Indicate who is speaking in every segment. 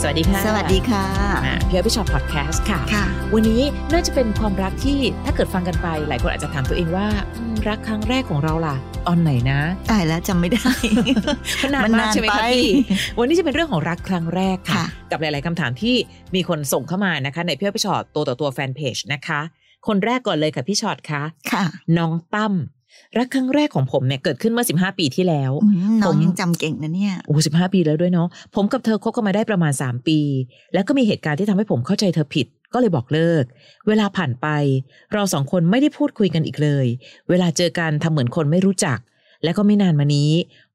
Speaker 1: สวัสดีค่ะ
Speaker 2: สวัสดีค่ะ
Speaker 1: อ่าพี่อ้อยพี่ชอบพอดแคสต์ค่ะ
Speaker 2: ค่ะ
Speaker 1: วันนี้น่าจะเป็นความรักที่ถ้าเกิดฟังกันไป หลายคนอาจจะถามตัวเองว่าอืมรักครั้งแรกของเราล่ะ ตอนไหนนะ
Speaker 2: ตายแล้วจำไม่ ได้
Speaker 1: มันนานมากใช่ไหมคะพี่ วันนี้จะเป็นเรื่องของรักครั้งแรกค่ะ
Speaker 2: ค่ะ
Speaker 1: กับหลาย ๆคำถามที่มีคนส่งเข้ามานะคะ ในพี่อ้อยพี่ชอตตัวต่อตัวแฟนเพจนะคะ คนแรกก่อนเลยค่ะพี่ชอตคะ
Speaker 2: ค่ะ
Speaker 1: น้องตั้มรักครั้งแรกของผมเนี่ยเกิดขึ้นเมื่อ 15 ปีที่แล้ว
Speaker 2: อืมน้อง
Speaker 1: ผม
Speaker 2: ยังจำเก่งนะเนี่ย
Speaker 1: โอ้สิบห้าปีแล้วด้วยเนาะ ผมกับเธอคบกันมาได้ประมาณ 3 ปี แล้วก็มีเหตุการณ์ที่ทำให้ผมเข้าใจเธอผิด ก็เลยบอกเลิก เวลาผ่านไป เราสองคนไม่ได้พูดคุยกันอีกเลย เวลาเจอกันทำเหมือนคนไม่รู้จัก และก็ไม่นานมานี้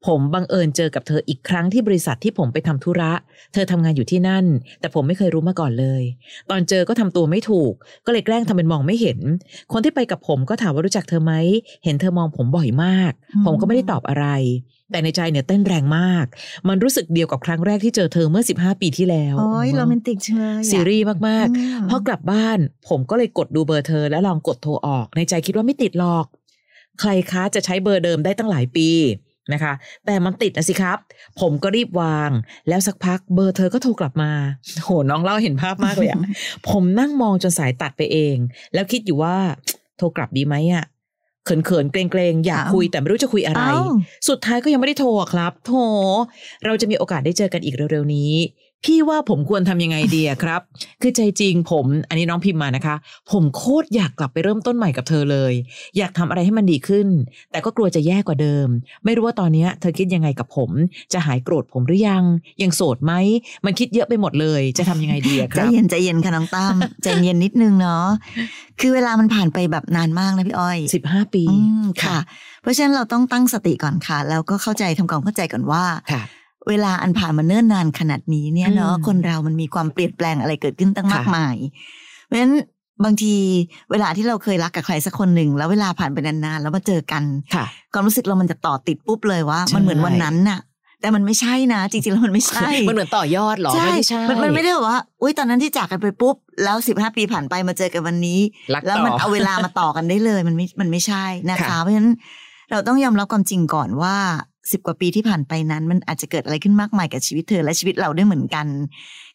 Speaker 1: ผมบังเอิญเจอกับเธออีกครั้งที่บริษัทที่ผมไปทำธุระ เธอทำงานอยู่ที่นั่น แต่ผมไม่เคยรู้มาก่อนเลย ตอนเจอก็ทำตัวไม่ถูก ก็เลยแกล้งทำเป็นมองไม่เห็น คนที่ไปกับผมก็ถามว่ารู้จักเธอไหม เห็นเธอมองผมบ่อยมาก
Speaker 2: อืม
Speaker 1: ผมก็ไม่ได้ตอบอะไร แต่ในใจเนี่ยเต้นแรงมาก มันรู้สึกเดียวกับครั้งแรกที่เจอเธอเมื่อ 15 ปีที่แล้ว
Speaker 2: โอ้ยโรแมนติกเชยอะ
Speaker 1: ซีรีส์มาก
Speaker 2: อืม
Speaker 1: ๆ พอกลับบ้าน ผมก็เลยกดดูเบอร์เธอและลองกดโทรออก ในใจคิดว่าไม่ติดหรอก ใครคะจะใช้เบอร์เดิมได้ตั้งหลายปีนะคะ แต่มันติดนะสิครับ ผมก็รีบวาง แล้วสักพักเบอร์เธอก็โทรกลับมา โหน้องเล่าเห็นภาพมาก เลยอะ ผมนั่งมองจนสายตัดไปเอง แล้วคิดอยู่ว่า โทรกลับดีไหมอะเขินๆเกรงๆอยากคุยแต่ไม่รู้จะคุยอะไร
Speaker 2: เอ้า
Speaker 1: สุดท้ายก็ยังไม่ได้โทรอะครับ โทรเราจะมีโอกาสได้เจอกันอีกเร็วๆนี้ พี่ว่าผมควรทำยังไงดีอะครับ คือใจจริงผม อันนี้น้องพิมพ์มานะคะ ผมโคตรอยากกลับไปเริ่มต้นใหม่กับเธอเลย อยากทำอะไรให้มันดีขึ้น แต่ก็กลัวจะแย่กว่าเดิม ไม่รู้ว่าตอนเนี้ยเธอคิดยังไงกับผม จะหายโกรธผมหรือยัง ยังโสดไหม มันคิดเยอะไปหมดเลย จะทำยังไงดีอะค
Speaker 2: ใจ
Speaker 1: รับ
Speaker 2: เย็นใจเย็นค่ะน้อง ตั้ม ใจเย็นนิดนึงเนาะคือเวลามันผ่านไปแบบนานมากนะพี่อ้อย
Speaker 1: สิบห้าปี
Speaker 2: อืมค่ะ
Speaker 1: ค่ะ
Speaker 2: เพราะฉะนั้นเราต้องตั้งสติก่อนค่ะ แล้วก็เข้าใจทำความเข้าใจก่อนว่า
Speaker 1: ค่ะ
Speaker 2: เวลาอันผ่านมาเนิ่นนานขนาดนี้เนี่ยเนาะ
Speaker 1: อืม
Speaker 2: คนเรามันมีความเปลี่ยนแปลงอะไรเกิดขึ้นตั้งมาก
Speaker 1: ค่ะ
Speaker 2: มาย เพราะฉะนั้นบางทีเวลาที่เราเคยรักกับใครสักคนหนึ่งแล้วเวลาผ่านไปนานๆแล้วมาเจอกัน
Speaker 1: ค่ะ
Speaker 2: ความรู้สึกเรามันจะต่อติดปุ๊บเลยว่า
Speaker 1: ใช่
Speaker 2: มันเหมือนวันนั้นน่ะ แต่มันไม่ใช่นะ จริงๆแล้วมันไม่ใช่
Speaker 1: มันเหมือนต่อยอดเหรอ
Speaker 2: ใช่
Speaker 1: ไม่ใช่
Speaker 2: มันมันไม่ได้แบบว่า อุ้ยตอนนั้นที่จากกันไปปุ๊บ แล้วสิบห้าปีผ่านไปมาเจอกันวันนี้
Speaker 1: รัก
Speaker 2: แล้วมัน
Speaker 1: ต่
Speaker 2: เอาเวลามาต่อกันได้เลย มันไม่ มันไม่ใช่นะคะ
Speaker 1: ค่ะ
Speaker 2: เพราะฉะนั้นเราต้องยอมรับความจริงก่อนว่าสิบกว่าปีที่ผ่านไปนั้น มันอาจจะเกิดอะไรขึ้นมากมายกับชีวิตเธอและชีวิตเราด้วยเหมือนกัน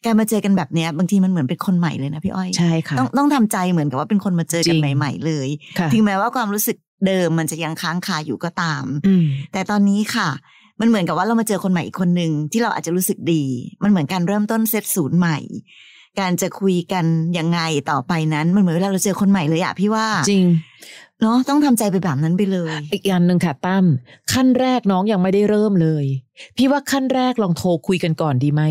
Speaker 2: การมาเจอกันแบบเนี้ยบางทีมันเหมือนเป็นคนใหม่เลยนะพี่อ้อย
Speaker 1: ใช่ค่ะ
Speaker 2: ต้องต้องทำใจเหมือนกับว่าเป็นคนมาเจอ
Speaker 1: จ
Speaker 2: กั
Speaker 1: ริ
Speaker 2: น
Speaker 1: ง
Speaker 2: ใหม่ ๆ เลย
Speaker 1: ค่ะ
Speaker 2: ถึงแม้ว่าความรู้สึกเดิมมันจะยังค้างคาอยู่ก็ตาม
Speaker 1: อืม
Speaker 2: แต่ตอนนี้ค่ะ มันเหมือนกับว่าเรามาเจอคนใหม่อีกคนหนึ่งที่เราอาจจะรู้สึกดี มันเหมือนการเริ่มต้นเซตศูนย์ใหม่ การจะคุยกันยังไงต่อไปนั้น มันเหมือนเวลาเราเจอคนใหม่เลยอะพี่ว่า
Speaker 1: จริง
Speaker 2: เนาะต้องทำใจไปแบบนั้นไปเลย
Speaker 1: อีกอย่างหนึ่งค่ะตั้มขั้นแรกน้องยังไม่ได้เริ่มเลย พี่ว่าขั้นแรกลองโทรคุยกันก่อนดีไหม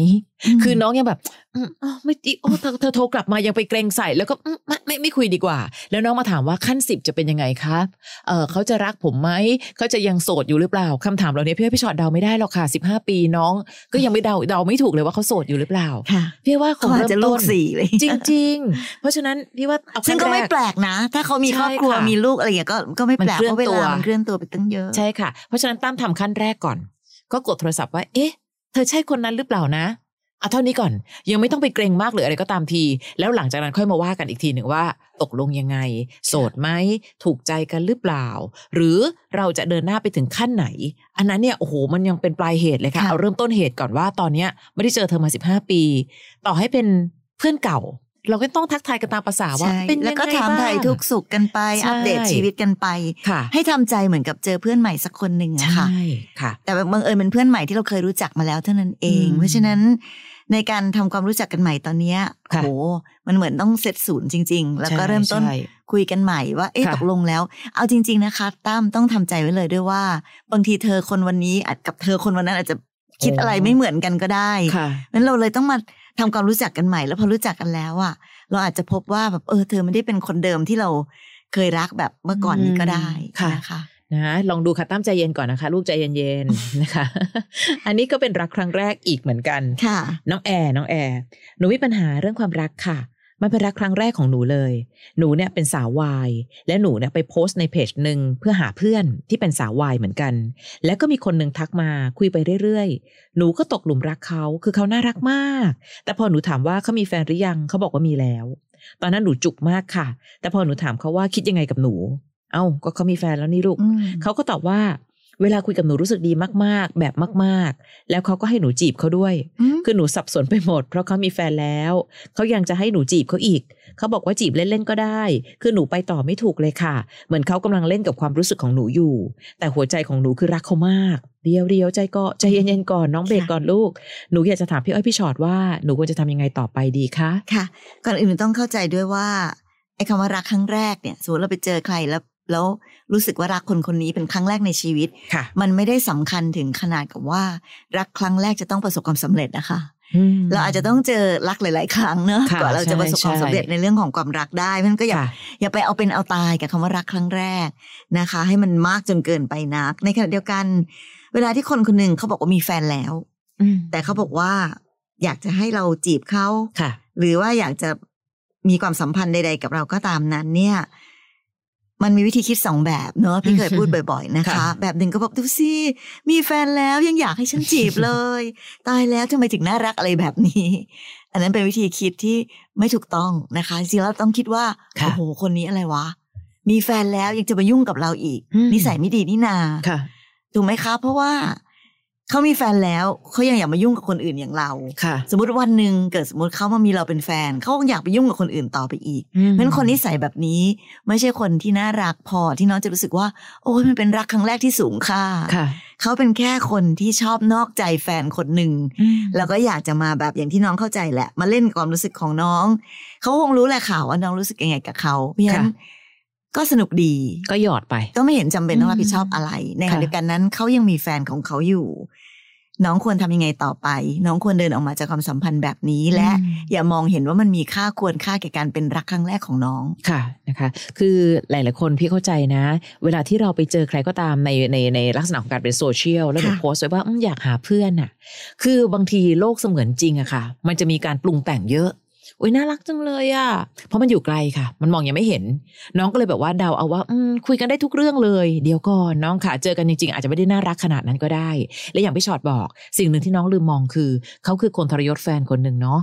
Speaker 1: คือน้องยังแบบอืมอ๋อไม่ดีโอ้เธอเธอโทรกลับมายังไปเกรงใส่แล้วก็อืมไม่ไม่ไม่คุยดีกว่า แล้วน้องมาถามว่าขั้นสิบจะเป็นยังไงครับเออเขาจะรักผมไหมเขาจะยังโสดอยู่หรือเปล่าคำถามเหล่านี้พี่ว่าพี่ชอตเดาไม่ได้หรอกค่ะสิบห้าปีน้อง ก็ยังไม่เดาเดาไม่ถูกเลยว่าเขาโสดอยู่หรือเปล่า
Speaker 2: ค่ะ
Speaker 1: พี่ว่า
Speaker 2: เขา
Speaker 1: เขา
Speaker 2: อาจ
Speaker 1: เริ่ม
Speaker 2: จะลู
Speaker 1: ต้
Speaker 2: ก
Speaker 1: น
Speaker 2: สี่เลย
Speaker 1: จริง ๆ เพราะฉะนั้นพี่ว่าเอาขั้น
Speaker 2: ซึ่งก็ไม่
Speaker 1: ร
Speaker 2: แปลกนะ ถ้าเขามีครอบครัว
Speaker 1: ใช่ค่ะ
Speaker 2: มีลูกอะไรอย่างเงี้ยก็ก็ไม่แปลก
Speaker 1: มันเคลื่
Speaker 2: เพ
Speaker 1: อ
Speaker 2: ราะเว
Speaker 1: นตัว
Speaker 2: ลามันเคลื่อนตัวไปตั้งเยอะ
Speaker 1: ใช่ค่ะ เพราะฉะนั้นตั้มทำขั้นแรกก่อน ก็กดโทรศัพท์ว่า เอ๊ะ เธอใช่คนนั้นหรือเปล่านะเอาเท่านี้ก่อน ยังไม่ต้องไปเกรงมากหรืออะไรก็ตามที แล้วหลังจากนั้นค่อยมาว่ากันอีกทีหนึ่งว่า ตกลงยังไง โสดไหม ถูกใจกันหรือเปล่า หรือเราจะเดินหน้าไปถึงขั้นไหน อันนั้นเนี่ย โอ้โห มันยังเป็นปลายเหตุเลยค่ะ
Speaker 2: ค่ะ
Speaker 1: เอาเริ่มต้นเหตุก่อนว่าตอนเนี้ยไม่ได้เจอเธอมา 15 ปี ต่อให้เป็นเพื่อนเก่า เราก็ต้องทักทายกันตามภาษาว่า
Speaker 2: ใช่
Speaker 1: เป็นยังไง
Speaker 2: แล้วก็ถาม
Speaker 1: บ้าง
Speaker 2: ไทยทุกสุขกันไป
Speaker 1: ใช่
Speaker 2: อัปเดตชีวิตกันไป
Speaker 1: ค่ะ
Speaker 2: ให้ทำใจเหมือนกับเจอเพื่อนใหม่สักคนหนึ่งอะ
Speaker 1: ใช่
Speaker 2: ค่ะ
Speaker 1: ค่ะ
Speaker 2: แต่บังเอิญเป็นเพื่อนใหม่ที่เราเคยรู้จักมาแล้วเท่านั้นเอง
Speaker 1: อืม
Speaker 2: เพราะฉะนั้นในการทำความรู้จักกันใหม่ตอนเนี้ยโอ้
Speaker 1: ค่ะ
Speaker 2: โหมันเหมือนต้องเซตศูนย์จริง ๆ แล้วก็เริ่มต้น
Speaker 1: ใช่
Speaker 2: คุยกันใหม่ว่าเอ๊ะ
Speaker 1: ค่ะ
Speaker 2: ตกลงแล้ว เอาจริง ๆนะคะตั้มต้องทำใจไว้เลยด้วยว่า บางทีเธอคนวันนี้อาจกับเธอคนวันนั้นอาจจะคิด
Speaker 1: โอ้
Speaker 2: อะไรไม่เหมือนกันก็ได้
Speaker 1: ใช่ค่ะ
Speaker 2: งั้นเราเลยต้องมาทำความรู้จักกันใหม่แล้วพอรู้จักกันแล้วอ่ะเราอาจจะพบว่าแบบเออเธอไม่ได้เป็นคนเดิมที่เราเคยรักแบบเมื่อก่อนนี้ก็ได้
Speaker 1: ค่ะ
Speaker 2: นะคะ
Speaker 1: นะลองดูค่ะตั้มใจเย็นก่อนนะคะ ลูกใจเย็นๆ นะคะ อันนี้ก็เป็นรักครั้งแรกอีกเหมือนกัน
Speaker 2: ค่ะ
Speaker 1: น้องแอร์น้องแอร์หนูมีปัญหาเรื่องความรักค่ะ มันเป็นรักครั้งแรกของหนูเลย หนูเนี่ยเป็นสาววาย และหนูเนี่ยไปโพสต์ในเพจหนึ่งเพื่อหาเพื่อนที่เป็นสาววายเหมือนกัน แล้วก็มีคนหนึ่งทักมาคุยไปเรื่อยๆ หนูก็ตกหลุมรักเขาคือเขาน่ารักมาก แต่พอหนูถามว่าเขามีแฟนหรือยังเขาบอกว่ามีแล้ว ตอนนั้นหนูจุกมากค่ะ แต่พอหนูถามเขาว่าคิดยังไงกับหนู เอ้าก็เขามีแฟนแล้วนี่ลูก
Speaker 2: อืม
Speaker 1: เขาก็ตอบว่า เวลาคุยกับหนูรู้สึกดีมากๆ แบบมากๆ แล้วเขาก็ให้หนูจีบเขาด้วย
Speaker 2: อืม
Speaker 1: คือหนูสับสนไปหมด เพราะเขามีแฟนแล้ว เขายังจะให้หนูจีบเขาอีก เขาบอกว่าจีบเล่นๆก็ได้ คือหนูไปต่อไม่ถูกเลยค่ะ เหมือนเขากำลังเล่นกับความรู้สึกของหนูอยู่ แต่หัวใจของหนูคือรักเขามาก เดียวเดียวใจก็ใจเย็นๆก่อนน้องเบรกก่อนลูก หนูอยากจะถามพี่อ้อยพี่ชอดว่าหนูควรจะทำยังไงต่อไปดีคะ
Speaker 2: ค่ะ ก่อนอื่นต้องเข้าใจด้วยว่าไอ้คำว่ารักครั้งแรกเนี่ยสมมติเราไปเจอใครแล้ว แล้วรู้สึกว่ารักคนคนนี้เป็นครั้งแรกในชีวิต
Speaker 1: ค่ะ
Speaker 2: มันไม่ได้สำคัญถึงขนาดกับว่า รักครั้งแรกจะต้องประสบความสำเร็จนะคะ เราอาจจะต้องเจอรักหลาย ๆ ครั้งเนอะ
Speaker 1: ค่ะ
Speaker 2: กว่าเราจะประสบความ
Speaker 1: ใช่
Speaker 2: สำเร็จในเรื่องของความรักได้มันก็อย่า
Speaker 1: ค่ะ
Speaker 2: อย่าไปเอาเป็นเอาตายกับคำว่ารักครั้งแรกนะคะ ให้มันมากจนเกินไปนัก ในขณะเดียวกัน เวลาที่คนคนหนึ่งเขาบอกว่ามีแฟนแล้ว แต่เขาบอกว่า อยากจะให้เราจีบเขา
Speaker 1: ค่ะ
Speaker 2: หรือว่าอยากจะมีความสัมพันธ์ใด ๆ กับเราก็ตามนั้น เนี่ย มันมีวิธีคิดสองแบบเนอะพี่เคยพูดบ่อย ๆ นะคะ
Speaker 1: ค่ะ
Speaker 2: แบบหนึ่งก็บอกดูสิมีแฟนแล้วยังอยากให้ฉันจีบเลย ตายแล้วทำไมถึงน่ารักอะไรแบบนี้ อันนั้นเป็นวิธีคิดที่ไม่ถูกต้องนะคะจริงๆแล้วต้องคิดว่า
Speaker 1: ค่ะ
Speaker 2: โอ้โหคนนี้อะไรวะ มีแฟนแล้วยังจะมายุ่งกับเราอีก นิสัยไม่ดีนี่นา
Speaker 1: ค่ะ
Speaker 2: ถูกไหมคะ เพราะว่าเขามีแฟนแล้วเขายังอยากมายุ่งกับคนอื่นอย่างเรา
Speaker 1: ค่ะ
Speaker 2: สมมติวันหนึ่งเกิดสมมติเขามามีเราเป็นแฟนเขาคงอยากไปยุ่งกับคนอื่นต่อไปอีก เพราะฉะนั้นคนนิสัยแบบนี้ ไม่ใช่คนที่น่ารักพอที่น้องจะรู้สึกว่า โอ้ยมันเป็นรักครั้งแรกที่สูงค่า
Speaker 1: ค่ะ
Speaker 2: เขาเป็นแค่คนที่ชอบนอกใจแฟนคนหนึ่ง แล้วก็อยากจะมาแบบอย่างที่น้องเข้าใจแหละ มาเล่นความรู้สึกของน้อง เขาคงรู้แหละค่ะว่าน้องรู้สึกยังไงกับเขาเพราะฉะนั้นก็สนุกดี
Speaker 1: ก็หยอดไป
Speaker 2: ก็ไม่เห็นจำเป็นต้องรับผิดชอบอะไร ในขณะ
Speaker 1: ค่ะ
Speaker 2: เดียวกันนั้นเขายังมีแฟนของเขาอยู่ น้องควรทำยังไงต่อไป น้องควรเดินออกมาจากความสัมพันธ์แบบนี้และ อย่ามองเห็นว่ามันมีค่าควรค่าแก่การเป็นรักครั้งแรกของน้อง
Speaker 1: ค่ะนะคะ คือหลาย ๆ คนพี่เข้าใจนะ เวลาที่เราไปเจอใครก็ตามในในในลักษณะของการเป็นโซเชียลแล้วหนู
Speaker 2: ค่ะ
Speaker 1: โพสต์ไว้ว่าอืมอยากหาเพื่อนอะคือบางทีโลกเสมือนจริงอะค่ะ มันจะมีการปรุงแต่งเยอะอุ้ยน่ารักจังเลยอะเพราะมันอยู่ไกลค่ะ มันมองยังไม่เห็น น้องก็เลยแบบว่าเดาเอาว่าอืมคุยกันได้ทุกเรื่องเลย เดี๋ยวก่อนน้องค่ะ เจอกันจริง ๆ อาจจะไม่ได้น่ารักขนาดนั้นก็ได้ และอย่างพี่ชอดบอก สิ่งหนึ่งที่น้องลืมมองคือเขาคือคนทรยศแฟนคนหนึ่งเนาะ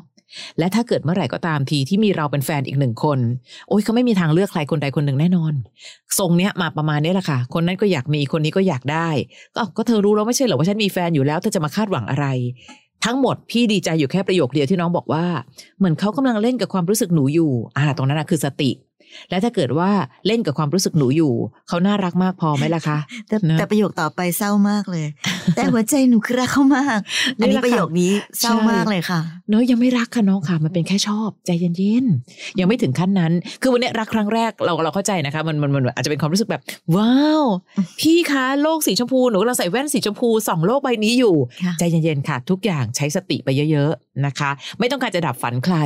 Speaker 1: และถ้าเกิดเมื่อไหร่ก็ตามทีที่มีเราเป็นแฟนอีกหนึ่งคน โอ้ยเขาไม่มีทางเลือกใครคนใดคนหนึ่งแน่นอน ทรงเนี้ยมาประมาณนี้แหละค่ะ คนนั้นก็อยากมีคนนี้ก็อยากได้ ก็อ้าวก็เธอรู้แล้วไม่ใช่เหรอว่าฉันมีแฟนอยู่แล้วเธอจะมาคาดหวังอะไร ทั้งหมดพี่ดีใจอยู่แค่ประโยคเดียวที่น้องบอกว่า เหมือนเขากำลังเล่นกับความรู้สึกหนูอยู่อ่าตรงนั้นนะคือสติ และถ้าเกิดว่าเล่นกับความรู้สึกหนูอยู่เขาน่ารักมากพอไหมล่ะคะ
Speaker 2: แต่
Speaker 1: เนอะ
Speaker 2: แต่ประโยคต่อไปเศร้ามากเลย แต่หัวใจหนูคือรักเขามากอันนี้
Speaker 1: นี่แหละค่ะ
Speaker 2: ประโยคนี้เศร้ามากเลยค่ะ
Speaker 1: เนอะยังไม่รักค่ะน้องค่ะ มันเป็นแค่ชอบใจเย็นๆยังไม่ถึงขั้นนั้น คือวันเนี้ยรักครั้งแรกเราเราเข้าใจนะคะมันมันมันอาจจะเป็นความรู้สึกแบบ ว้าว พี่คะโลกสีชมพูหนูกำลังใส่แว่นสีชมพูสองโลกใบนี้อยู่
Speaker 2: ค่ะ
Speaker 1: ใจเย็นๆค่ะ ทุกอย่างใช้สติไปเยอะๆนะคะ ไม่ต้องการจะดับฝันใคร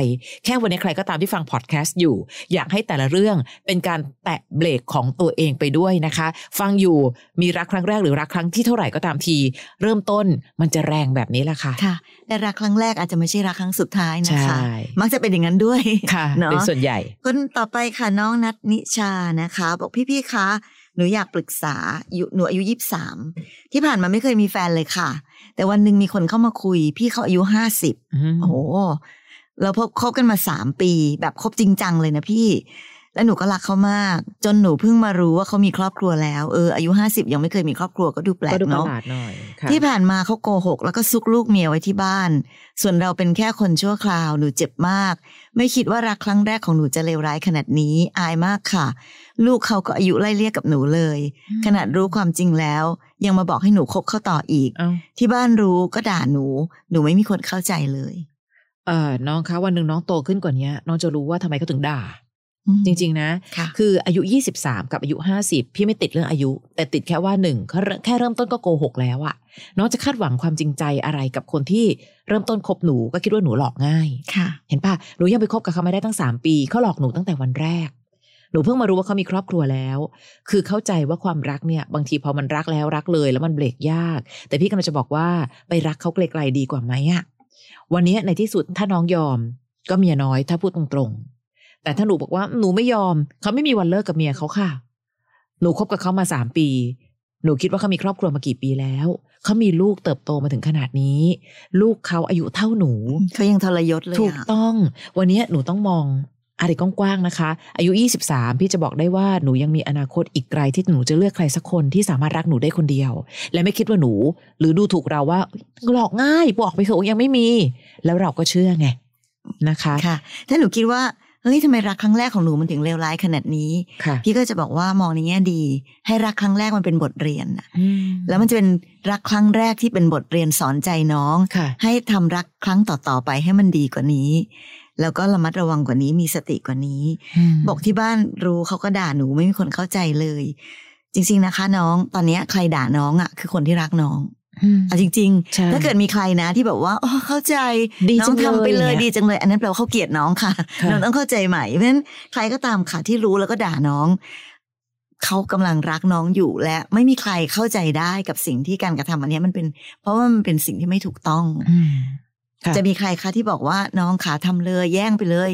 Speaker 1: แค่วันนี้ใครก็ตามที่ฟังพอดแคสต์อยู่ อยากให้แต่ละเรื่องเป็นการแตะเบรกของตัวเองไปด้วยนะคะ ฟังอยู่มีรักครั้งแรกหรือรักครั้งที่เท่าไหร่ก็ตามที เริ่มต้นมันจะแรงแบบนี้แหละค่ะ
Speaker 2: ค่ะแต่รักครั้งแรกอาจจะไม่ใช่รักครั้งสุดท้ายนะ
Speaker 1: ใช่
Speaker 2: คะ มักจะเป็นอย่างนั้นด้วย
Speaker 1: ค่ะ
Speaker 2: เนอะ
Speaker 1: เป็นส่วนใหญ่
Speaker 2: คนต่อไปค่ะน้องนัทนิชานะคะ บอกพี่ๆคะหนูอยากปรึกษาอยู่หนูอายุยี่สามที่ผ่านมาไม่เคยมีแฟนเลยค่ะ แต่วันหนึ่งมีคนเข้ามาคุย พี่เขาอายุห้าสิบโอ้โหเราพบคบกันมาสามปี แบบคบจริงจังเลยนะพี่ และหนูก็รักเขามาก จนหนูเพิ่งมารู้ว่าเขามีครอบครัวแล้วเอออายุห้าสิบยังไม่เคยมีครอบครัวก็ดูแปลก
Speaker 1: ก็ดูประ
Speaker 2: เนาะ
Speaker 1: หลาดหน่อยค่ะ
Speaker 2: ที่ผ่านมาเขาโกหก แล้วก็ซุกลูกเมียไว้ที่บ้าน ส่วนเราเป็นแค่คนชั่วคราวหนูเจ็บมาก ไม่คิดว่ารักครั้งแรกของหนูจะเลวร้ายขนาดนี้อายมากค่ะ ลูกเขาก็อายุไล่เลี่ยกับหนูเลย ขนาดรู้ความจริงแล้ว ยังมาบอกให้หนูคบเขาต่ออีก
Speaker 1: เอ้า
Speaker 2: ที่บ้านรู้ก็ด่าหนู หนูไม่มีคนเข้าใจเลย
Speaker 1: เอ่อน้องคะวันหนึ่งน้องโตขึ้นกว่านี้น้องจะรู้ว่าทำไมเขาถึงด่า
Speaker 2: อืม
Speaker 1: จริง ๆ นะ
Speaker 2: ค่ะ
Speaker 1: คืออายุ 23 กับอายุ 50 พี่ไม่ติดเรื่องอายุ แต่ติดแค่ว่าหนึ่งเขาเริ่มแค่เริ่มต้นก็โกหกแล้วอะน้องจะคาดหวังความจริงใจอะไรกับคนที่เริ่มต้นคบหนูก็คิดว่าหนูหลอกง่าย
Speaker 2: ค่ะ
Speaker 1: เห็นปะหนูยังไปคบกับเขาไม่ได้ตั้งสามปี เขาหลอกหนูตั้งแต่วันแรก หนูเพิ่งมารู้ว่าเขามีครอบครัวแล้ว คือเข้าใจว่าความรักเนี่ย บางทีพอมันรักแล้วรักเลยแล้วมันเบรกยาก แต่พี่กำลังจะบอกว่าไปรักเขาไกลๆดีกว่าไหมอะวันนี้ในที่สุดถ้าน้องยอม ก็เมียน้อยถ้าพูดตรง แต่ถ้าหนูบอกว่าหนูไม่ยอม เขาไม่มีวันเลิกกับเมียเขาค่ะ หนูคบกับเขามาสามปี หนูคิดว่าเขามีครอบครัวมากี่ปีแล้ว เขามีลูกเติบโตมาถึงขนาดนี้ ลูกเขาอายุเท่าหนู
Speaker 2: เขายังทรยศเลย
Speaker 1: ถูก
Speaker 2: อะ
Speaker 1: ต้อง วันนี้หนูต้องมองอะไรกว้างๆนะคะ อายุ 23 พี่จะบอกได้ว่าหนูยังมีอนาคตอีกไกลที่หนูจะเลือกใครสักคนที่สามารถรักหนูได้คนเดียว และไม่คิดว่าหนู หรือดูถูกเราว่าหลอกง่ายบอกไปเถอะยังไม่มี แล้วเราก็เชื่อไงนะคะ
Speaker 2: ค่ะ ถ้าหนูคิดว่า เฮ้ยทำไมรักครั้งแรกของหนูมันถึงเลวร้ายขนาดนี้
Speaker 1: ค่ะ
Speaker 2: พี่ก็จะบอกว่ามองในแง่ดี ให้รักครั้งแรกมันเป็นบทเรียนน่ะแล้วมันจะเป็นรักครั้งแรกที่เป็นบทเรียนสอนใจน้อง
Speaker 1: ค่ะ
Speaker 2: ให้ทำรักครั้งต่อๆไปให้มันดีกว่านี้ แล้วก็ระมัดระวังกว่านี้มีสติกว่านี้ บอกที่บ้านรู้เขาก็ด่าหนูไม่มีคนเข้าใจเลย จริง ๆนะคะ น้อง ตอนเนี้ยใครด่าน้องอ่ะคือคนที่รักน้องเอาจริง
Speaker 1: ใช่
Speaker 2: ๆ ถ้าเกิดมีใครนะที่แบบว่าอ๋อเข้าใจ
Speaker 1: ดี
Speaker 2: น้
Speaker 1: จั
Speaker 2: อง ง
Speaker 1: เลย
Speaker 2: ทำไปเลย
Speaker 1: นี่
Speaker 2: ดีจังเลย อันนั้นแปลว่าเขาเกลียดน้องค่ะ
Speaker 1: ค่ะ
Speaker 2: น้องต้องเข้าใจใหม่เพราะฉะนั้นใครก็ตามค่ะที่รู้แล้วก็ด่าน้อง เขากำลังรักน้องอยู่และไม่มีใครเข้าใจได้กับสิ่งที่การกระทำอันเนี้ยมันเป็น เพราะว่ามันเป็นสิ่งที่ไม่ถูกต้อง
Speaker 1: อืมค่ะ
Speaker 2: จะมีใครคะที่บอกว่าน้องขาทำเลย แย่งไปเลย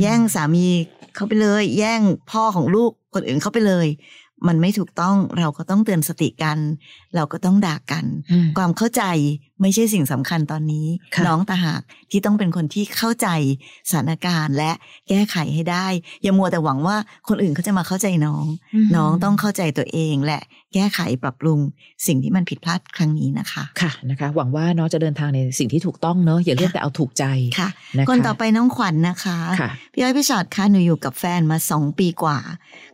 Speaker 2: แย่งสามีเขาไปเลย แย่งพ่อของลูกคนอื่นเขาไปเลย มันไม่ถูกต้องเราก็ต้องเตือนสติกัน เราก็ต้องด่ากัน
Speaker 1: อืม
Speaker 2: ความเข้าใจไม่ใช่สิ่งสำคัญตอนนี้
Speaker 1: ค่ะ
Speaker 2: น้องตางหากที่ต้องเป็นคนที่เข้าใจสถานการณ์และแก้ไขให้ได้ อย่ามัวแต่หวังว่าคนอื่นเขาจะมาเข้าใจน้อง น้องต้องเข้าใจตัวเองและแก้ไขปรับปรุง สิ่งที่มันผิดพลาดครั้งนี้นะคะ
Speaker 1: ค่ะนะคะ หวังว่าน้องจะเดินทางในสิ่งที่ถูกต้องเนอะอย่าเลือกแต่เอาถูกใจ
Speaker 2: ค่ะ
Speaker 1: นะคะ
Speaker 2: คนต่อไปน้องขวัญนะคะ
Speaker 1: ค่ะ
Speaker 2: พี่อ้อยพี่ชอดคะหนูอยู่กับแฟนมาสองปีกว่า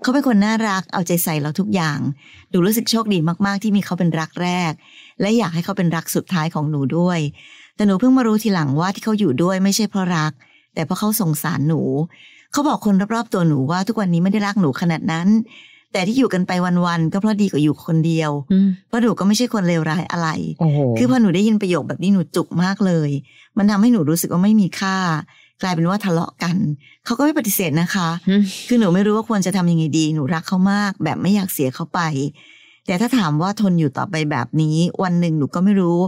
Speaker 2: เขาเป็นคนน่ารักเอาใจใส่เราทุกอย่างหนูรู้สึกโชคดีมากๆ ที่มีเขาเป็นรักแรก และอยากให้เขาเป็นรักสุดท้ายของหนูด้วย แต่หนูเพิ่งมารู้ทีหลังว่าที่เขาอยู่ด้วยไม่ใช่เพราะรัก แต่เพราะเขาสงสารหนู เขาบอกคนรอบๆตัวหนูว่าทุกวันนี้ไม่ได้รักหนูขนาดนั้น แต่ที่อยู่กันไปวันๆก็เพราะดีกว่าอยู่คนเดียว
Speaker 1: อืม
Speaker 2: เพราะหนูก็ไม่ใช่คนเลวร้ายอะไร
Speaker 1: โอ้โห
Speaker 2: คือพอหนูได้ยินประโยคแบบนี้หนูจุกมากเลย มันทำให้หนูรู้สึกว่าไม่มีค่า กลายเป็นว่าทะเลาะกัน เขาก็ไม่ปฏิเสธนะคะ
Speaker 1: อืม
Speaker 2: คือหนูไม่รู้ว่าควรจะทำยังไงดี หนูรักเขามาก แบบไม่อยากเสียเขาไป แต่ถ้าถามว่าทนอยู่ต่อไปแบบนี้ วันหนึ่งหนูก็ไม่รู้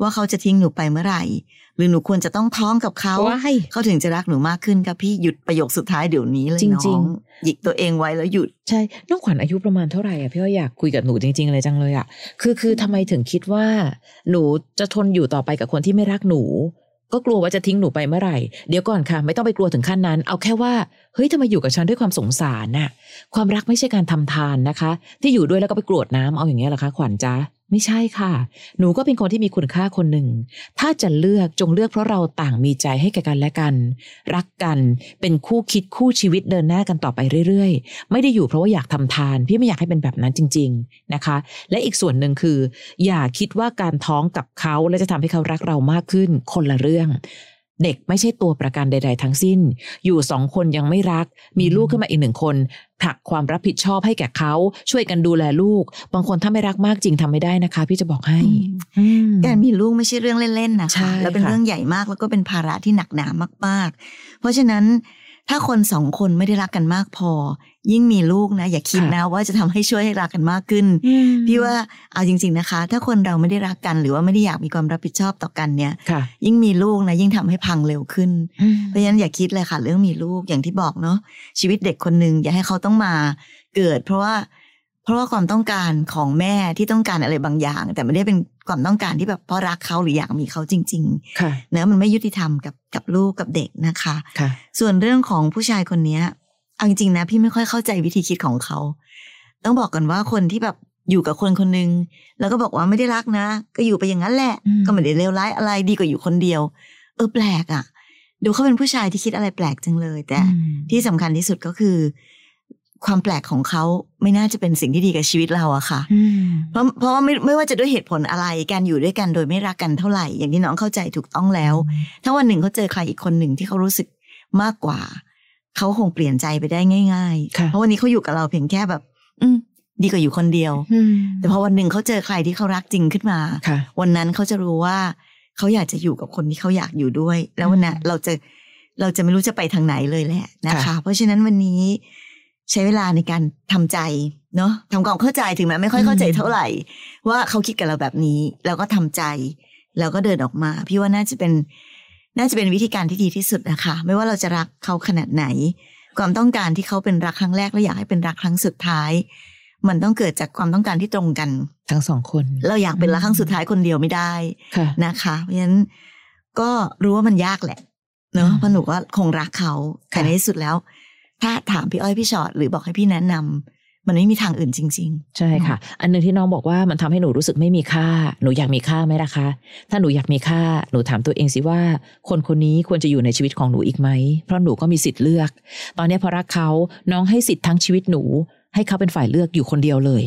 Speaker 2: ว่าเขาจะทิ้งหนูไปเมื่อไหร่ หรือหนูควรจะต้องท้องกับเขา
Speaker 1: ว้าย
Speaker 2: เขาถึงจะรักหนูมากขึ้นครับพี่หยุดประโยคสุดท้ายเดี๋ยวนี้เลย
Speaker 1: จริงๆ
Speaker 2: น้องหยิกตัวเองไว้แล้วหยุด
Speaker 1: ใช่ น้องขวัญอายุประมาณเท่าไหร่อ่ะพี่อ้อยอยากคุยกับหนูจริงๆเลยจังเลยอ่ะ คือคือทำไมถึงคิดว่า หนูจะทนอยู่ต่อไปกับคนที่ไม่รักหนู ก็กลัวว่าจะทิ้งหนูไปเมื่อไหร่ เดี๋ยวก่อนค่ะ ไม่ต้องไปกลัวถึงขั้นนั้น เอาแค่ว่า เฮ้ยทำไมอยู่กับฉันด้วยความสงสารน่ะ ความรักไม่ใช่การทำทานนะคะ ที่อยู่ด้วยแล้วก็ไปกรวดน้ำเอาอย่างเงี้ยเหรอคะขวัญจ๊ะ ไม่ใช่ค่ะ หนูก็เป็นคนที่มีคุณค่าคนหนึ่ง ถ้าจะเลือกจงเลือกเพราะเราต่างมีใจให้แก่กันและกัน รักกันเป็นคู่คิดคู่ชีวิตเดินหน้ากันต่อไปเรื่อยๆ ไม่ได้อยู่เพราะว่าอยากทำทาน พี่ไม่อยากให้เป็นแบบนั้นจริง ๆนะคะ และอีกส่วนหนึ่งคือ อย่าคิดว่าการท้องกับเขาแล้วจะทำให้เขารักเรามากขึ้น คนละเรื่อง เด็กไม่ใช่ตัวประกันใด ๆ ทั้งสิ้น อยู่สองคนยังไม่รัก มีลูกขึ้นมาอีกหนึ่งคนผลักความรับผิดชอบให้แก่เขา ช่วยกันดูแลลูก บางคนถ้าไม่รักมากจริงทำไม่ได้นะคะ พี่จะบอกให้อืม
Speaker 2: การมีลูกไม่ใช่เรื่องเล่นๆนะ
Speaker 1: ใช่
Speaker 2: คะ แล้วเป็น
Speaker 1: ค่ะ
Speaker 2: เรื่องใหญ่มากแล้วก็เป็นภาระที่หนักหนามากๆ เพราะฉะนั้นถ้าคนสองคนไม่ได้รักกันมากพอ ยิ่งมีลูกนะ อย่าคิดนะว่าจะทำให้ช่วยให้รักกันมากขึ้น พี่ว่าเอาจริง ๆนะคะ ถ้าคนเราไม่ได้รักกัน หรือว่าไม่ได้อยากมีความรับผิดชอบต่อกันเนี่ย
Speaker 1: ค่ะ
Speaker 2: ยิ่งมีลูกนะยิ่งทำให้พังเร็วขึ้น เพราะฉะนั้นอย่าคิดเลยค่ะ เรื่องมีลูกอย่างที่บอกเนาะชีวิตเด็กคนหนึ่งอย่าให้เขาต้องมาเกิด เพราะว่า เพราะว่าความต้องการของแม่ที่ต้องการอะไรบางอย่าง แต่ไม่ได้เป็นความต้องการที่แบบเพราะรักเขาหรืออยากมีเขาจริง
Speaker 1: ค่ะ
Speaker 2: ๆเนอะมันไม่ยุติธรรมกับกับลูกกับเด็กนะคะ
Speaker 1: ค่ะ
Speaker 2: ส่วนเรื่องของผู้ชายคนเนี้ยเอาจริงๆนะ พี่ไม่ค่อยเข้าใจวิธีคิดของเขา ต้องบอกก่อนว่าคนที่แบบอยู่กับคนคนหนึ่งแล้วก็บอกว่าไม่ได้รักนะ ก็อยู่ไปอย่างนั้นแหละ ก็ไม่ได้เลวร้ายอะไรดีกว่าอยู่คนเดียว เออแปลกอะ่ะ ดูเขาเป็นผู้ชายที่คิดอะไรแปลกจังเลย แต่
Speaker 1: อืม
Speaker 2: ที่สำคัญที่สุดก็คือ ความแปลกของเขาไม่น่าจะเป็นสิ่งที่ดีกับชีวิตเราอะค่ะ
Speaker 1: อืม
Speaker 2: เพราะเพราะว่าไม่ไม่ว่าจะด้วยเหตุผลอะไร การอยู่ด้วยกันโดยไม่รักกันเท่าไหร่ อย่างที่น้องเข้าใจถูกต้องแล้ว ถ้าวันหนึ่งเขาเจอใครอีกคนหนึ่งที่เขารู้สึกมากกว่า เขาคงเปลี่ยนใจไปได้ง่าย
Speaker 1: ค่ะ
Speaker 2: ๆ เพราะวันนี้เขาอยู่กับเราเพียงแค่แบบ อืมดีกว่าอยู่คนเดียว
Speaker 1: อืม
Speaker 2: แต่พอวันหนึ่งเขาเจอใครที่เขารักจริงขึ้นมา
Speaker 1: ค่ะ
Speaker 2: วันนั้นเขาจะรู้ว่าเขาอยากจะอยู่กับคนที่เขาอยากอยู่ด้วย แล้ววันนั้นเราจะเราจะไม่รู้จะไปทางไหนเลยแหละนะคะ
Speaker 1: ค่ะ
Speaker 2: เพราะฉะนั้นวันนี้ใช้เวลาในการทำใจเนาะทำความเข้าใจถึงแม้ไม่ค่อยเข้าใจ
Speaker 1: อืม
Speaker 2: เท่าไหร่ ว่าเขาคิดกับเราแบบนี้ เราก็ทำใจ แล้วก็เดินออกมา พี่ว่าน่าจะเป็นน่าจะเป็นวิธีการที่ดีที่สุดนะคะ ไม่ว่าเราจะรักเขาขนาดไหน ความต้องการที่เขาเป็นรักครั้งแรกและอยากให้เป็นรักครั้งสุดท้าย มันต้องเกิดจากความต้องการที่ตรงกัน
Speaker 1: ทั้งสองคน
Speaker 2: เราอยากเป็นรักครั้งสุดท้ายคนเดียวไม่ได้
Speaker 1: ค่ะ
Speaker 2: นะคะ เพราะฉะนั้นก็รู้ว่ามันยากแหละเนาะ
Speaker 1: อืม
Speaker 2: เพราะหนูก็คงรักเขาแต่
Speaker 1: ค่ะ
Speaker 2: ในที่สุดแล้ว ถ้าถามพี่อ้อยพี่ชอตหรือบอกให้พี่แนะนำมันไม่มีทางอื่นจริง
Speaker 1: ใช่ค่ะ อันหนึ่งที่น้องบอกว่ามันทำให้หนูรู้สึกไม่มีค่า หนูอยากมีค่าไหมล่ะคะ ถ้าหนูอยากมีค่า หนูถามตัวเองสิว่า คนคนนี้ควรจะอยู่ในชีวิตของหนูอีกไหม เพราะหนูก็มีสิทธิ์เลือก ตอนนี้พอรักเขาน้องให้สิทธิ์ทั้งชีวิตหนู ให้เขาเป็นฝ่ายเลือกอยู่คนเดียวเลย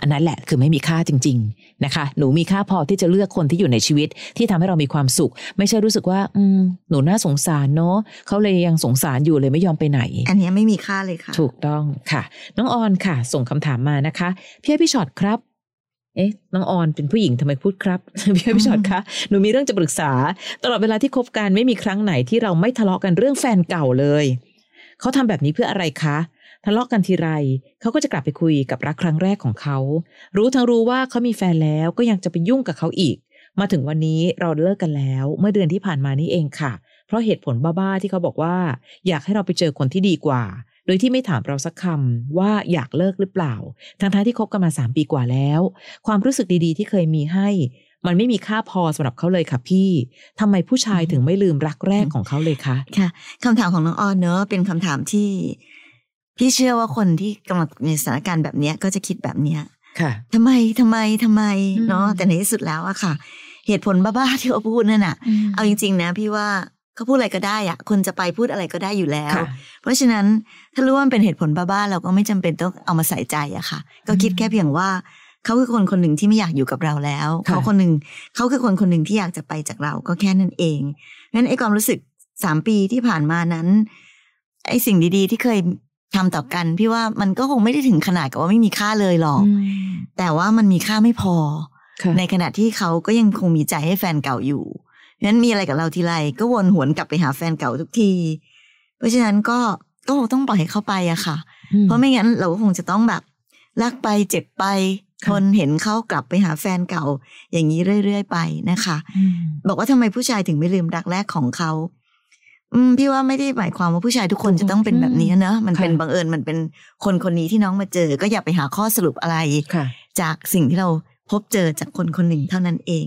Speaker 1: อันนั้นแหละคือไม่มีค่าจริง ๆนะคะ หนูมีค่าพอที่จะเลือกคนที่อยู่ในชีวิตที่ทำให้เรามีความสุข ไม่ใช่รู้สึกว่า อืมหนูน่าสงสารเนอะเขาเลยยังสงสารอยู่เลยไม่ยอมไปไหน
Speaker 2: ๆ อันเนี้ยไม่มีค่าเลยค่ะ
Speaker 1: ถูกต้องค่ะ น้องออนค่ะ ส่งคำถามมานะคะ พี่อ้อยพี่ชอตครับ เอ๊ะ น้องออนเป็นผู้หญิงทำไมพูดครับ พี่อ้อยพี่ชอตคะหนูมีเรื่องจะปรึกษา ตลอดเวลาที่คบกันไม่มีครั้งไหนที่เราไม่ทะเลาะกันเรื่องแฟนเก่าเลยเขาทำแบบนี้เพื่ออะไรคะทะเลาะกันทีไรเขาก็จะกลับไปคุยกับรักครั้งแรกของเขารู้ทั้งรู้ว่าเขามีแฟนแล้วก็ยังจะไปยุ่งกับเขาอีก มาถึงวันนี้เราเลิกกันแล้ว เมื่อเดือนที่ผ่านมานี้เองค่ะ เพราะเหตุผลบ้าๆที่เขาบอกว่า อยากให้เราไปเจอคนที่ดีกว่า โดยที่ไม่ถามเราสักคำว่าอยากเลิกหรือเปล่า ทั้งๆที่คบกันมา 3 ปีกว่าแล้ว ความรู้สึกดีๆ ที่เคยมีให้ มันไม่มีค่าพอสำหรับเขาเลยค่ะพี่ทำไมผู้ชายถึงไม่ลืมรักแรกของเขาเลยคะ
Speaker 2: ค่ะคำถามของน้องออนเนอะเป็นคำถามที่ พี่เชื่อว่าคนที่กำลังในสถานการณ์แบบเนี้ยก็จะคิดแบบเนี้ย
Speaker 1: ค่ะ
Speaker 2: ทำไมทำไมทำไม
Speaker 1: อืม
Speaker 2: เนาะแต่ในที่สุดแล้วอะค่ะ เหตุผลบ้าๆที่เขาพูดนั่นน่ะ เอาจริง ๆ นะ พี่ว่าเขาพูดอะไรก็ได้อะคนจะไปพูดอะไรก็ได้อยู่แล้ว
Speaker 1: ค่ะ
Speaker 2: เพราะฉะนั้นถ้ารู้ว่ามันเป็นเหตุผลบ้าๆเราก็ไม่จำเป็นต้องเอามาใส่ใจอะค่ะ ก็คิด
Speaker 1: อืม
Speaker 2: แค่เพียงว่าเขาคือคนคนหนึ่งที่ไม่อยากอยู่กับเราแล้ว
Speaker 1: ค่ะ
Speaker 2: เขาคนหนึ่งเขาคือคนคนหนึ่งที่อยากจะไปจากเราก็แค่นั้นเองงั้นไอ้ความรู้สึกสามปีที่ผ่านมานั้น ไอ้สิ่งดีๆ ที่เคยทำต่อกัน พี่ว่ามันก็คงไม่ได้ถึงขนาดกับว่าไม่มีค่าเลยหรอก แต่ว่ามันมีค่าไม่พอ
Speaker 1: ค่ะ
Speaker 2: ในขณะที่เขาก็ยังคงมีใจให้แฟนเก่าอยู่งั้นมีอะไรกับเราทีไรก็วนหวนกลับไปหาแฟนเก่าทุกที เพราะฉะนั้นก็ก็คงต้องปล่อยให้เข้าไปอะค่ะ
Speaker 1: อืม
Speaker 2: เพราะไม่งั้นเราก็คงจะต้องแบบลากไปเจ็บไปท
Speaker 1: ค่ะ
Speaker 2: นเห็นเขากลับไปหาแฟนเก่า อย่างนี้เรื่อยๆไปนะคะ
Speaker 1: อืม
Speaker 2: บอกว่าทำไมผู้ชายถึงไม่ลืมรักแรกของเขา อืม พี่ว่าไม่ได้หมายความว่าผู้ชายทุกคนจะต้องเป็นแบบนี้นะมันเป็น
Speaker 1: ค่ะ
Speaker 2: บังเอิญมันเป็นคนคนนี้ที่น้องมาเจอ ก็อย่าไปหาข้อสรุปอะไร
Speaker 1: ค่ะ
Speaker 2: จากสิ่งที่เราพบเจอจากคนคนหนึ่งเท่านั้นเอง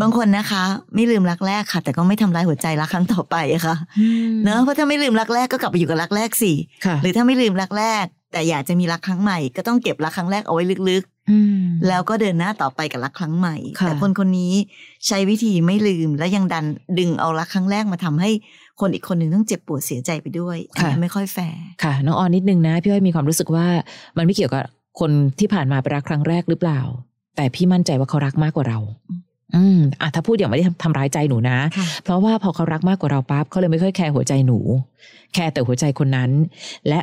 Speaker 2: บางคนนะคะ ไม่ลืมรักแรกค่ะ แต่ก็ไม่ทำลายหัวใจรักครั้งต่อไปอะค่ะ
Speaker 1: อืม
Speaker 2: เนอะเพราะถ้าไม่ลืมรักแรกก็กลับไปอยู่กับรักแรกสิ
Speaker 1: ค่ะ
Speaker 2: หรือถ้าไม่ลืมรักแรก แต่อยากจะมีรักครั้งใหม่ก็ต้องเก็บรักครั้งแรกเอาไว้ลึก
Speaker 1: ม
Speaker 2: ๆ แล้วก็เดินหน้าต่อไปกับรักครั้งใหม่
Speaker 1: ค่ะ
Speaker 2: แต่คนคนนี้ใช้วิธีไม่ลืมและยังดันดึงเอารักครั้งแรกมาทำให้คนอีกคนหนึ่งต้องเจ็บปวดเสียใจไปด้วยอันนี้ไม่ค่อยแฟร์
Speaker 1: ค่ะน้องออนนิดนึงนะพี่อ้อยมีความรู้สึกว่ามันไม่เกี่ยวกับคนที่ผ่านมาไปรักครั้งแรกหรือเปล่า แต่พี่มั่นใจว่าเขารักมากกว่าเรา อืมอ่ะถ้าพูดอย่างไม่ได้ทำทำร้ายใจหนูนะ
Speaker 2: ค่ะ
Speaker 1: เพราะว่าพอเขารักมากกว่าเราปั๊บเขาเลยไม่ค่อยแคร์หัวใจหนู แคร์แต่หัวใจคนนั้น และ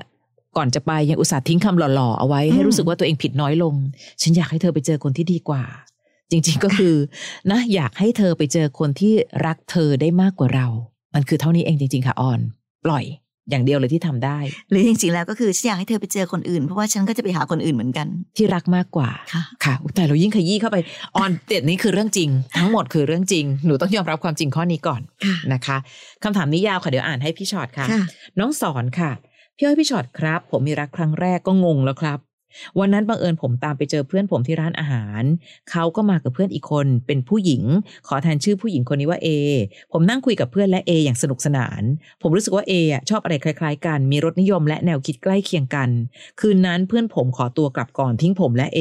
Speaker 1: ก่อนจะไปยังอุตส่าห์ทิ้งคำหล่อๆเอาไว้ให้
Speaker 2: อืม
Speaker 1: รู้สึกว่าตัวเองผิดน้อยลง ฉันอยากให้เธอไปเจอคนที่ดีกว่า จริงๆก็คือ นะอยากให้เธอไปเจอคนที่รักเธอได้มากกว่าเรา มันคือเท่านี้เองจริง ๆ ค่ะออน ปล่อย อย่างเดียวเลยที่ทำได้
Speaker 2: หรือจริงๆแล้วก็คือฉันอยากให้เธอไปเจอคนอื่นเพราะว่าฉันก็จะไปหาคนอื่นเหมือนกัน
Speaker 1: ที่รักมากกว่า
Speaker 2: ค่ะ
Speaker 1: ค่ะอุ๊ยแต่เรายิ่งขยี้เข้าไป ออนเด็ดนี้คือเรื่องจริง ทั้งหมดคือเรื่องจริง หนูต้องยอมรับความจริงข้อนี้ก่อน
Speaker 2: ค่ะ
Speaker 1: นะคะคำถามนี้ยาวค่ะเดี๋ยวอ่านให้พี่ชอตค่ะ
Speaker 2: ค่ะ
Speaker 1: น้องสอนค่ะ พี่อ้อยพี่ชอตครับ ผมมีรักครั้งแรกก็งงแล้วครับ วันนั้นบังเอิญผมตามไปเจอเพื่อนผมที่ร้านอาหาร เขาก็มากับเพื่อนอีกคน เป็นผู้หญิง ขอแทนชื่อผู้หญิงคนนี้ว่าเอผมนั่งคุยกับเพื่อนและเออย่างสนุกสนาน ผมรู้สึกว่าเอะชอบอะไรคล้าย ๆ กัน มีรสนิยมและแนวคิดใกล้เคียงกัน คืนนั้นเพื่อนผมขอตัวกลับก่อนทิ้งผมและเอ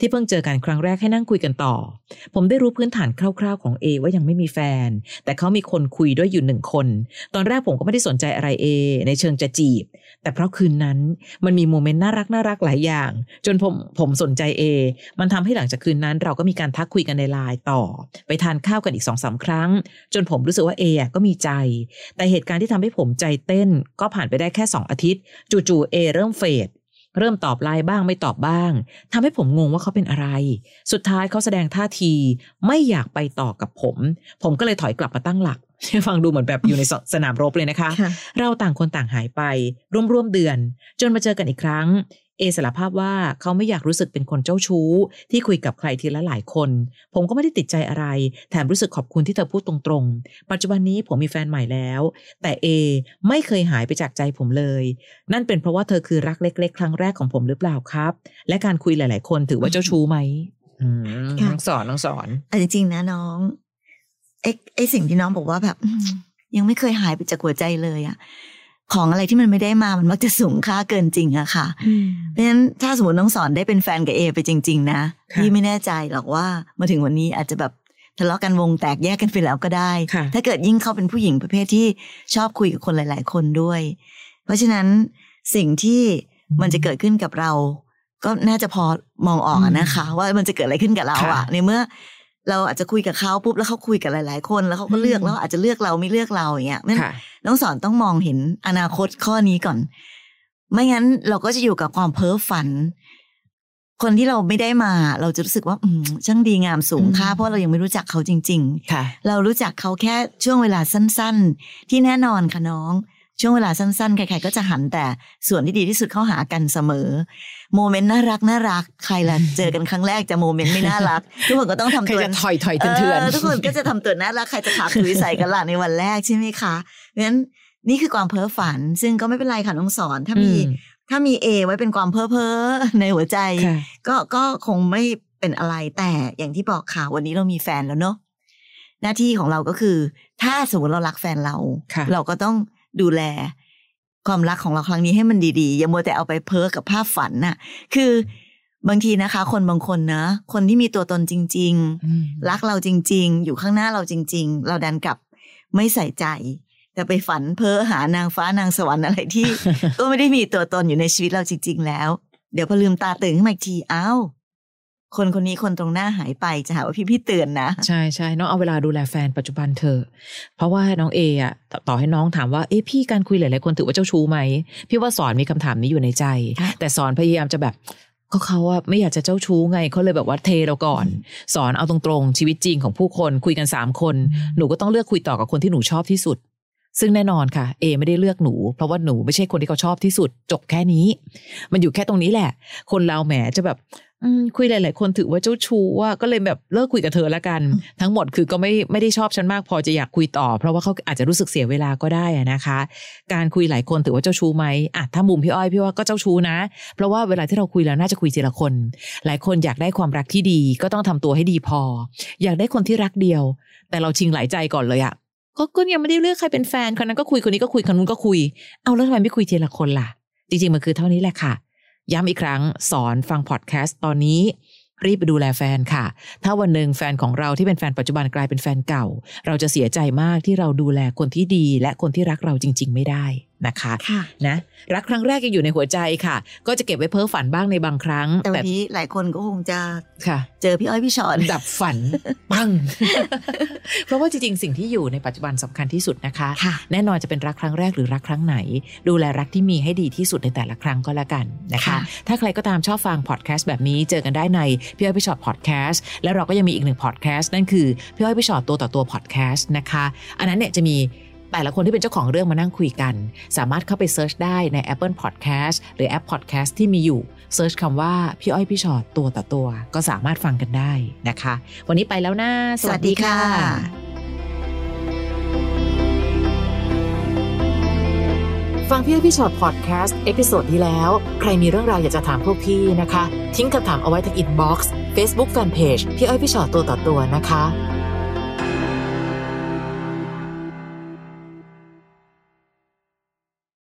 Speaker 1: ที่เพิ่งเจอกันครั้งแรกให้นั่งคุยกันต่อ ผมได้รู้พื้นฐานคร่าวๆของเอว่ายังไม่มีแฟน แต่เขามีคนคุยด้วยอยู่หนึ่งคน ตอนแรกผมก็ไม่ได้สนใจอะไรเอ ในเชิงจะจีบ แต่เพราะคืนนั้นมันมีโมเมนต์น่ารักน่ารักหลายอย่าง จนผมผมสนใจเอ มันทำให้หลังจากคืนนั้น เราก็มีการทักคุยกันในไลน์ต่อ ไปทานข้าวกันอีกสองสามครั้ง จนผมรู้สึกว่าเออะก็มีใจ แต่เหตุการณ์ที่ทำให้ผมใจเต้น ก็ผ่านไปได้แค่สองอาทิตย์ จู่ๆเอเริ่มเฟดเริ่มตอบไลน์บ้างไม่ตอบบ้างทำให้ผมงงว่าเขาเป็นอะไร สุดท้ายเขาแสดงท่าที ไม่อยากไปต่อกับผม ผมก็เลยถอยกลับมาตั้งหลัก ฟังดูเหมือนแบบอยู่ในสสนามรบเลยนะคะ เราต่างคนต่างหายไปร่วมๆเดือน จนมาเจอกันอีกครั้ง เอ เอสารภาพว่าเขาไม่อยากรู้สึกเป็นคนเจ้าชู้ ที่คุยกับใครทีละหลายคน ผมก็ไม่ได้ติดใจอะไร แถมรู้สึกขอบคุณที่เธอพูดตรงๆ ปัจจุบันนี้ผมมีแฟนใหม่แล้ว แต่เอไม่เคยหายไปจากใจผมเลย นั่นเป็นเพราะว่าเธอคือรักเล็ก ๆ ครั้งแรกของผมหรือเปล่าครับ และการคุยหลาย ๆ คนถือว่าเจ้าชู้ไหมอืม
Speaker 2: ค่ะ
Speaker 1: น้องสอนน้องสอน
Speaker 2: แต่จริงๆนะน้องไอ้ไอ้สิ่งที่น้องบอกว่าแบบอืมยังไม่เคยหายไปจากหัวใจเลยอะของอะไรที่มันไม่ได้มามันมักจะสูงค่าเกินจริงอะค่ะ เพราะฉะนั้นถ้าสมมติน้องสอนได้เป็นแฟนกับเอไปจริง ๆ นะ
Speaker 1: ค่ะ
Speaker 2: พี่ไม่แน่ใจหรอกว่ามาถึงวันนี้อาจจะแบบทะเลาะกันวงแตกแยกกันไปแล้วก็ได้
Speaker 1: ค่ะ
Speaker 2: ถ้าเกิดยิ่งเขาเป็นผู้หญิงประเภทที่ชอบคุยกับคนหลาย ๆ คนด้วย เพราะฉะนั้นสิ่งที่มันจะเกิดขึ้นกับเรา ก็น่าจะพอมองออกอะนะคะ ว่ามันจะเกิดอะไรขึ้นกับเรา
Speaker 1: ค่ะ
Speaker 2: อะในเมื่อ เราอาจจะคุยกับเขาปุ๊บแล้วเขาคุยกับหลาย ๆ คนแล้วเขาก็เลือก
Speaker 1: อืม
Speaker 2: แล้วอาจจะเลือกเราไม่เลือกเราอย่างเงี้ยเพราะฉะนั้น
Speaker 1: ค่ะ
Speaker 2: น้องสอนต้องมองเห็นอนาคตข้อนี้ก่อน ไม่งั้นเราก็จะอยู่กับความเพ้อฝัน คนที่เราไม่ได้มา เราจะรู้สึกว่า อืมช่างดีงามสูงค่า
Speaker 1: อืม
Speaker 2: เพราะเรายังไม่รู้จักเขาจริง
Speaker 1: ค่ะ
Speaker 2: ๆ เรารู้จักเขาแค่ช่วงเวลาสั้น ๆ ที่แน่นอนค่ะน้อง ช่วงเวลาสั้นๆ ใครๆก็จะหันแต่ส่วนที่ดีที่สุดเข้าหากันเสมอ โมเมนต์น่ารักน่ารักใครล่ะ เจอกันครั้งแรกจะโมเมนต์ไม่น่ารัก ทุกคนก็ต้องทำ
Speaker 1: ใคร
Speaker 2: ตัว
Speaker 1: จะถอยถอยเถื่อนเถื่อน
Speaker 2: ทุกคนก็จะทำตัวน่า รักใครจะขาคุยใส่กันล่ะในวันแรกใช่ไหมคะเพราะฉะนั้นนี่คือความเพ้อฝัน ซึ่งก็ไม่เป็นไรค่ะน้องสอน ถ้ามีถ้ามีเอไว้เป็นความเพ้อเพ้อในหัวใจ
Speaker 1: ค่ะ
Speaker 2: ก็ก็คงไม่เป็นอะไรแต่อย่างที่บอกค่ะวันนี้เรามีแฟนแล้วเนอะหน้าที่ของเราก็คือ ถ้าสมมติเรารักแฟนเรา
Speaker 1: ค่ะ
Speaker 2: เราก็ต้องดูแล ความรักของเราครั้งนี้ให้มันดีๆ อย่ามัวแต่เอาไปเพ้อกับภาพฝันน่ะ คือบางทีนะคะ คนบางคนนะคนที่มีตัวตนจริง ๆ
Speaker 1: อืม
Speaker 2: รักเราจริง ๆ อยู่ข้างหน้าเราจริง ๆ เราดันกลับไม่ใส่ใจ แต่ไปฝันเพ้อหานางฟ้านางสวรรค์อะไรที่ ก็ไม่ได้มีตัวตนอยู่ในชีวิตเราจริง ๆ แล้ว เดี๋ยวพอลืมตาตื่นขึ้นมาอีกทีอ้าวคนคนนี้คนตรงหน้าหายไปจะหาว่าพี่พี่เตือนนะ
Speaker 1: ใช่ใช่น้องเอาเวลาดูแลแฟนปัจจุบันเธอะเพราะว่าน้องเออะตต่อให้น้องถามว่าเอ๊ะพี่การคุยหลายๆคนถือว่าเจ้าชู้ไหมพี่ว่าสอนมีคำถามนี้อยู่ในใจ
Speaker 2: ค่ะ
Speaker 1: แต่สอนพยายามจะแบบก็เขาอะไม่อยากจะเจ้าชู้ไงเขาเลยแบบว่าเทเราก่อน สอนเอาตรงๆชีวิตจริงของผู้คนคุยกันสามคน หนูก็ต้องเลือกคุยต่อกับคนที่หนูชอบที่สุด ซึ่งแน่นอนค่ะเอไม่ได้เลือกหนูเพราะว่าหนูไม่ใช่คนที่เขาชอบที่สุด จบแค่นี้ มันอยู่แค่ตรงนี้แหละ คนเราแหมจะแบบ อืมคุยหลาย ๆ คนถือว่าเจ้าชู้ว่าก็เลยแบบเลิกคุยกับเธอละกัน
Speaker 2: อืม
Speaker 1: ทั้งหมดคือก็ไม่ไม่ได้ชอบฉันมากพอจะอยากคุยต่อ เพราะว่าเขาอาจจะรู้สึกเสียเวลาก็ได้อะนะคะ การคุยหลายคนถือว่าเจ้าชู้ไหมอ่ะถ้ามุมพี่อ้อยพี่ว่าก็เจ้าชู้นะ เพราะว่าเวลาที่เราคุยแล้วน่าจะคุยทีละคน หลายคนอยากได้ความรักที่ดีก็ต้องทำตัวให้ดีพอ อยากได้คนที่รักเดียว แต่เราชิงหลายใจก่อนเลยอะก็ก็ยังไม่ได้เลือกใครเป็นแฟนคนนั้นก็คุยคนนี้ก็คุยคนนู้นก็คุย เอาแล้วทำไมไม่คุยทีละคนล่ะ จริงๆมันคือเท่านี้แหละค่ะ ย้ำอีกครั้งสอนฟังพอดแคสต์ตอนนี้ รีบไปดูแลแฟนค่ะ ถ้าวันหนึ่งแฟนของเราที่เป็นแฟนปัจจุบันกลายเป็นแฟนเก่า เราจะเสียใจมากที่เราดูแลคนที่ดี และคนที่รักเราจริง ๆ ไม่ได้นะคะ
Speaker 2: ค่ะ
Speaker 1: นะรักครั้งแรกยังอยู่ในหัวใจค่ะ ก็จะเก็บไว้เพ้อฝันบ้างในบางครั้ง
Speaker 2: แต่วันนี้หลายคนก็คงจะ
Speaker 1: ค่ะ
Speaker 2: เจอพี่อ้อยพี่ชอน
Speaker 1: ดับ ฝัน ปัง เพราะว่าจริงๆ สิ่งที่อยู่ในปัจจุบันสำคัญที่สุดนะคะ
Speaker 2: ค่ะ
Speaker 1: แน่นอนจะเป็นรักครั้งแรกหรือรักครั้งไหน ดูแลรักที่มีให้ดีที่สุดในแต่ละครั้งก็แล้วกันนะคะ
Speaker 2: ค่ะ
Speaker 1: ถ้าใครก็ตามชอบฟังพอดแคสต์แบบนี้เจอกันได้ในพี่อ้อยพี่ชอตพอดแคสต์และเราก็ยังมีอีกหนึ่งพอดแคสต์นั่นคือพี่อ้อยพี่ชอตตัวต่อตัวพอดแคสต์นะคะ อันนั้นเนี่ยจะมีแต่ละคนที่เป็นเจ้าของเรื่องมานั่งคุยกัน สามารถเข้าไปเซิร์ชได้ใน Apple Podcast หรือแอป Podcast ที่มีอยู่เซิร์ชคำว่าพี่อ้อยพี่ชอตตัวต่อตัว ก็สามารถฟังกันได้นะคะ วันนี้ไปแล้วนะ
Speaker 2: สวัสดีค่ะ
Speaker 1: ฟังพี่อ้อยพี่ชอตพอดแคสต์เอพิโซดที่แล้ว ใครมีเรื่องราวอยากจะถามพวกพี่นะคะ ทิ้งคำถามเอาไว้ทางอินบ็อกซ์เฟซบุ๊กแฟนเพจพี่อ้อยพี่ชอตตัวต่อตัวนะคะ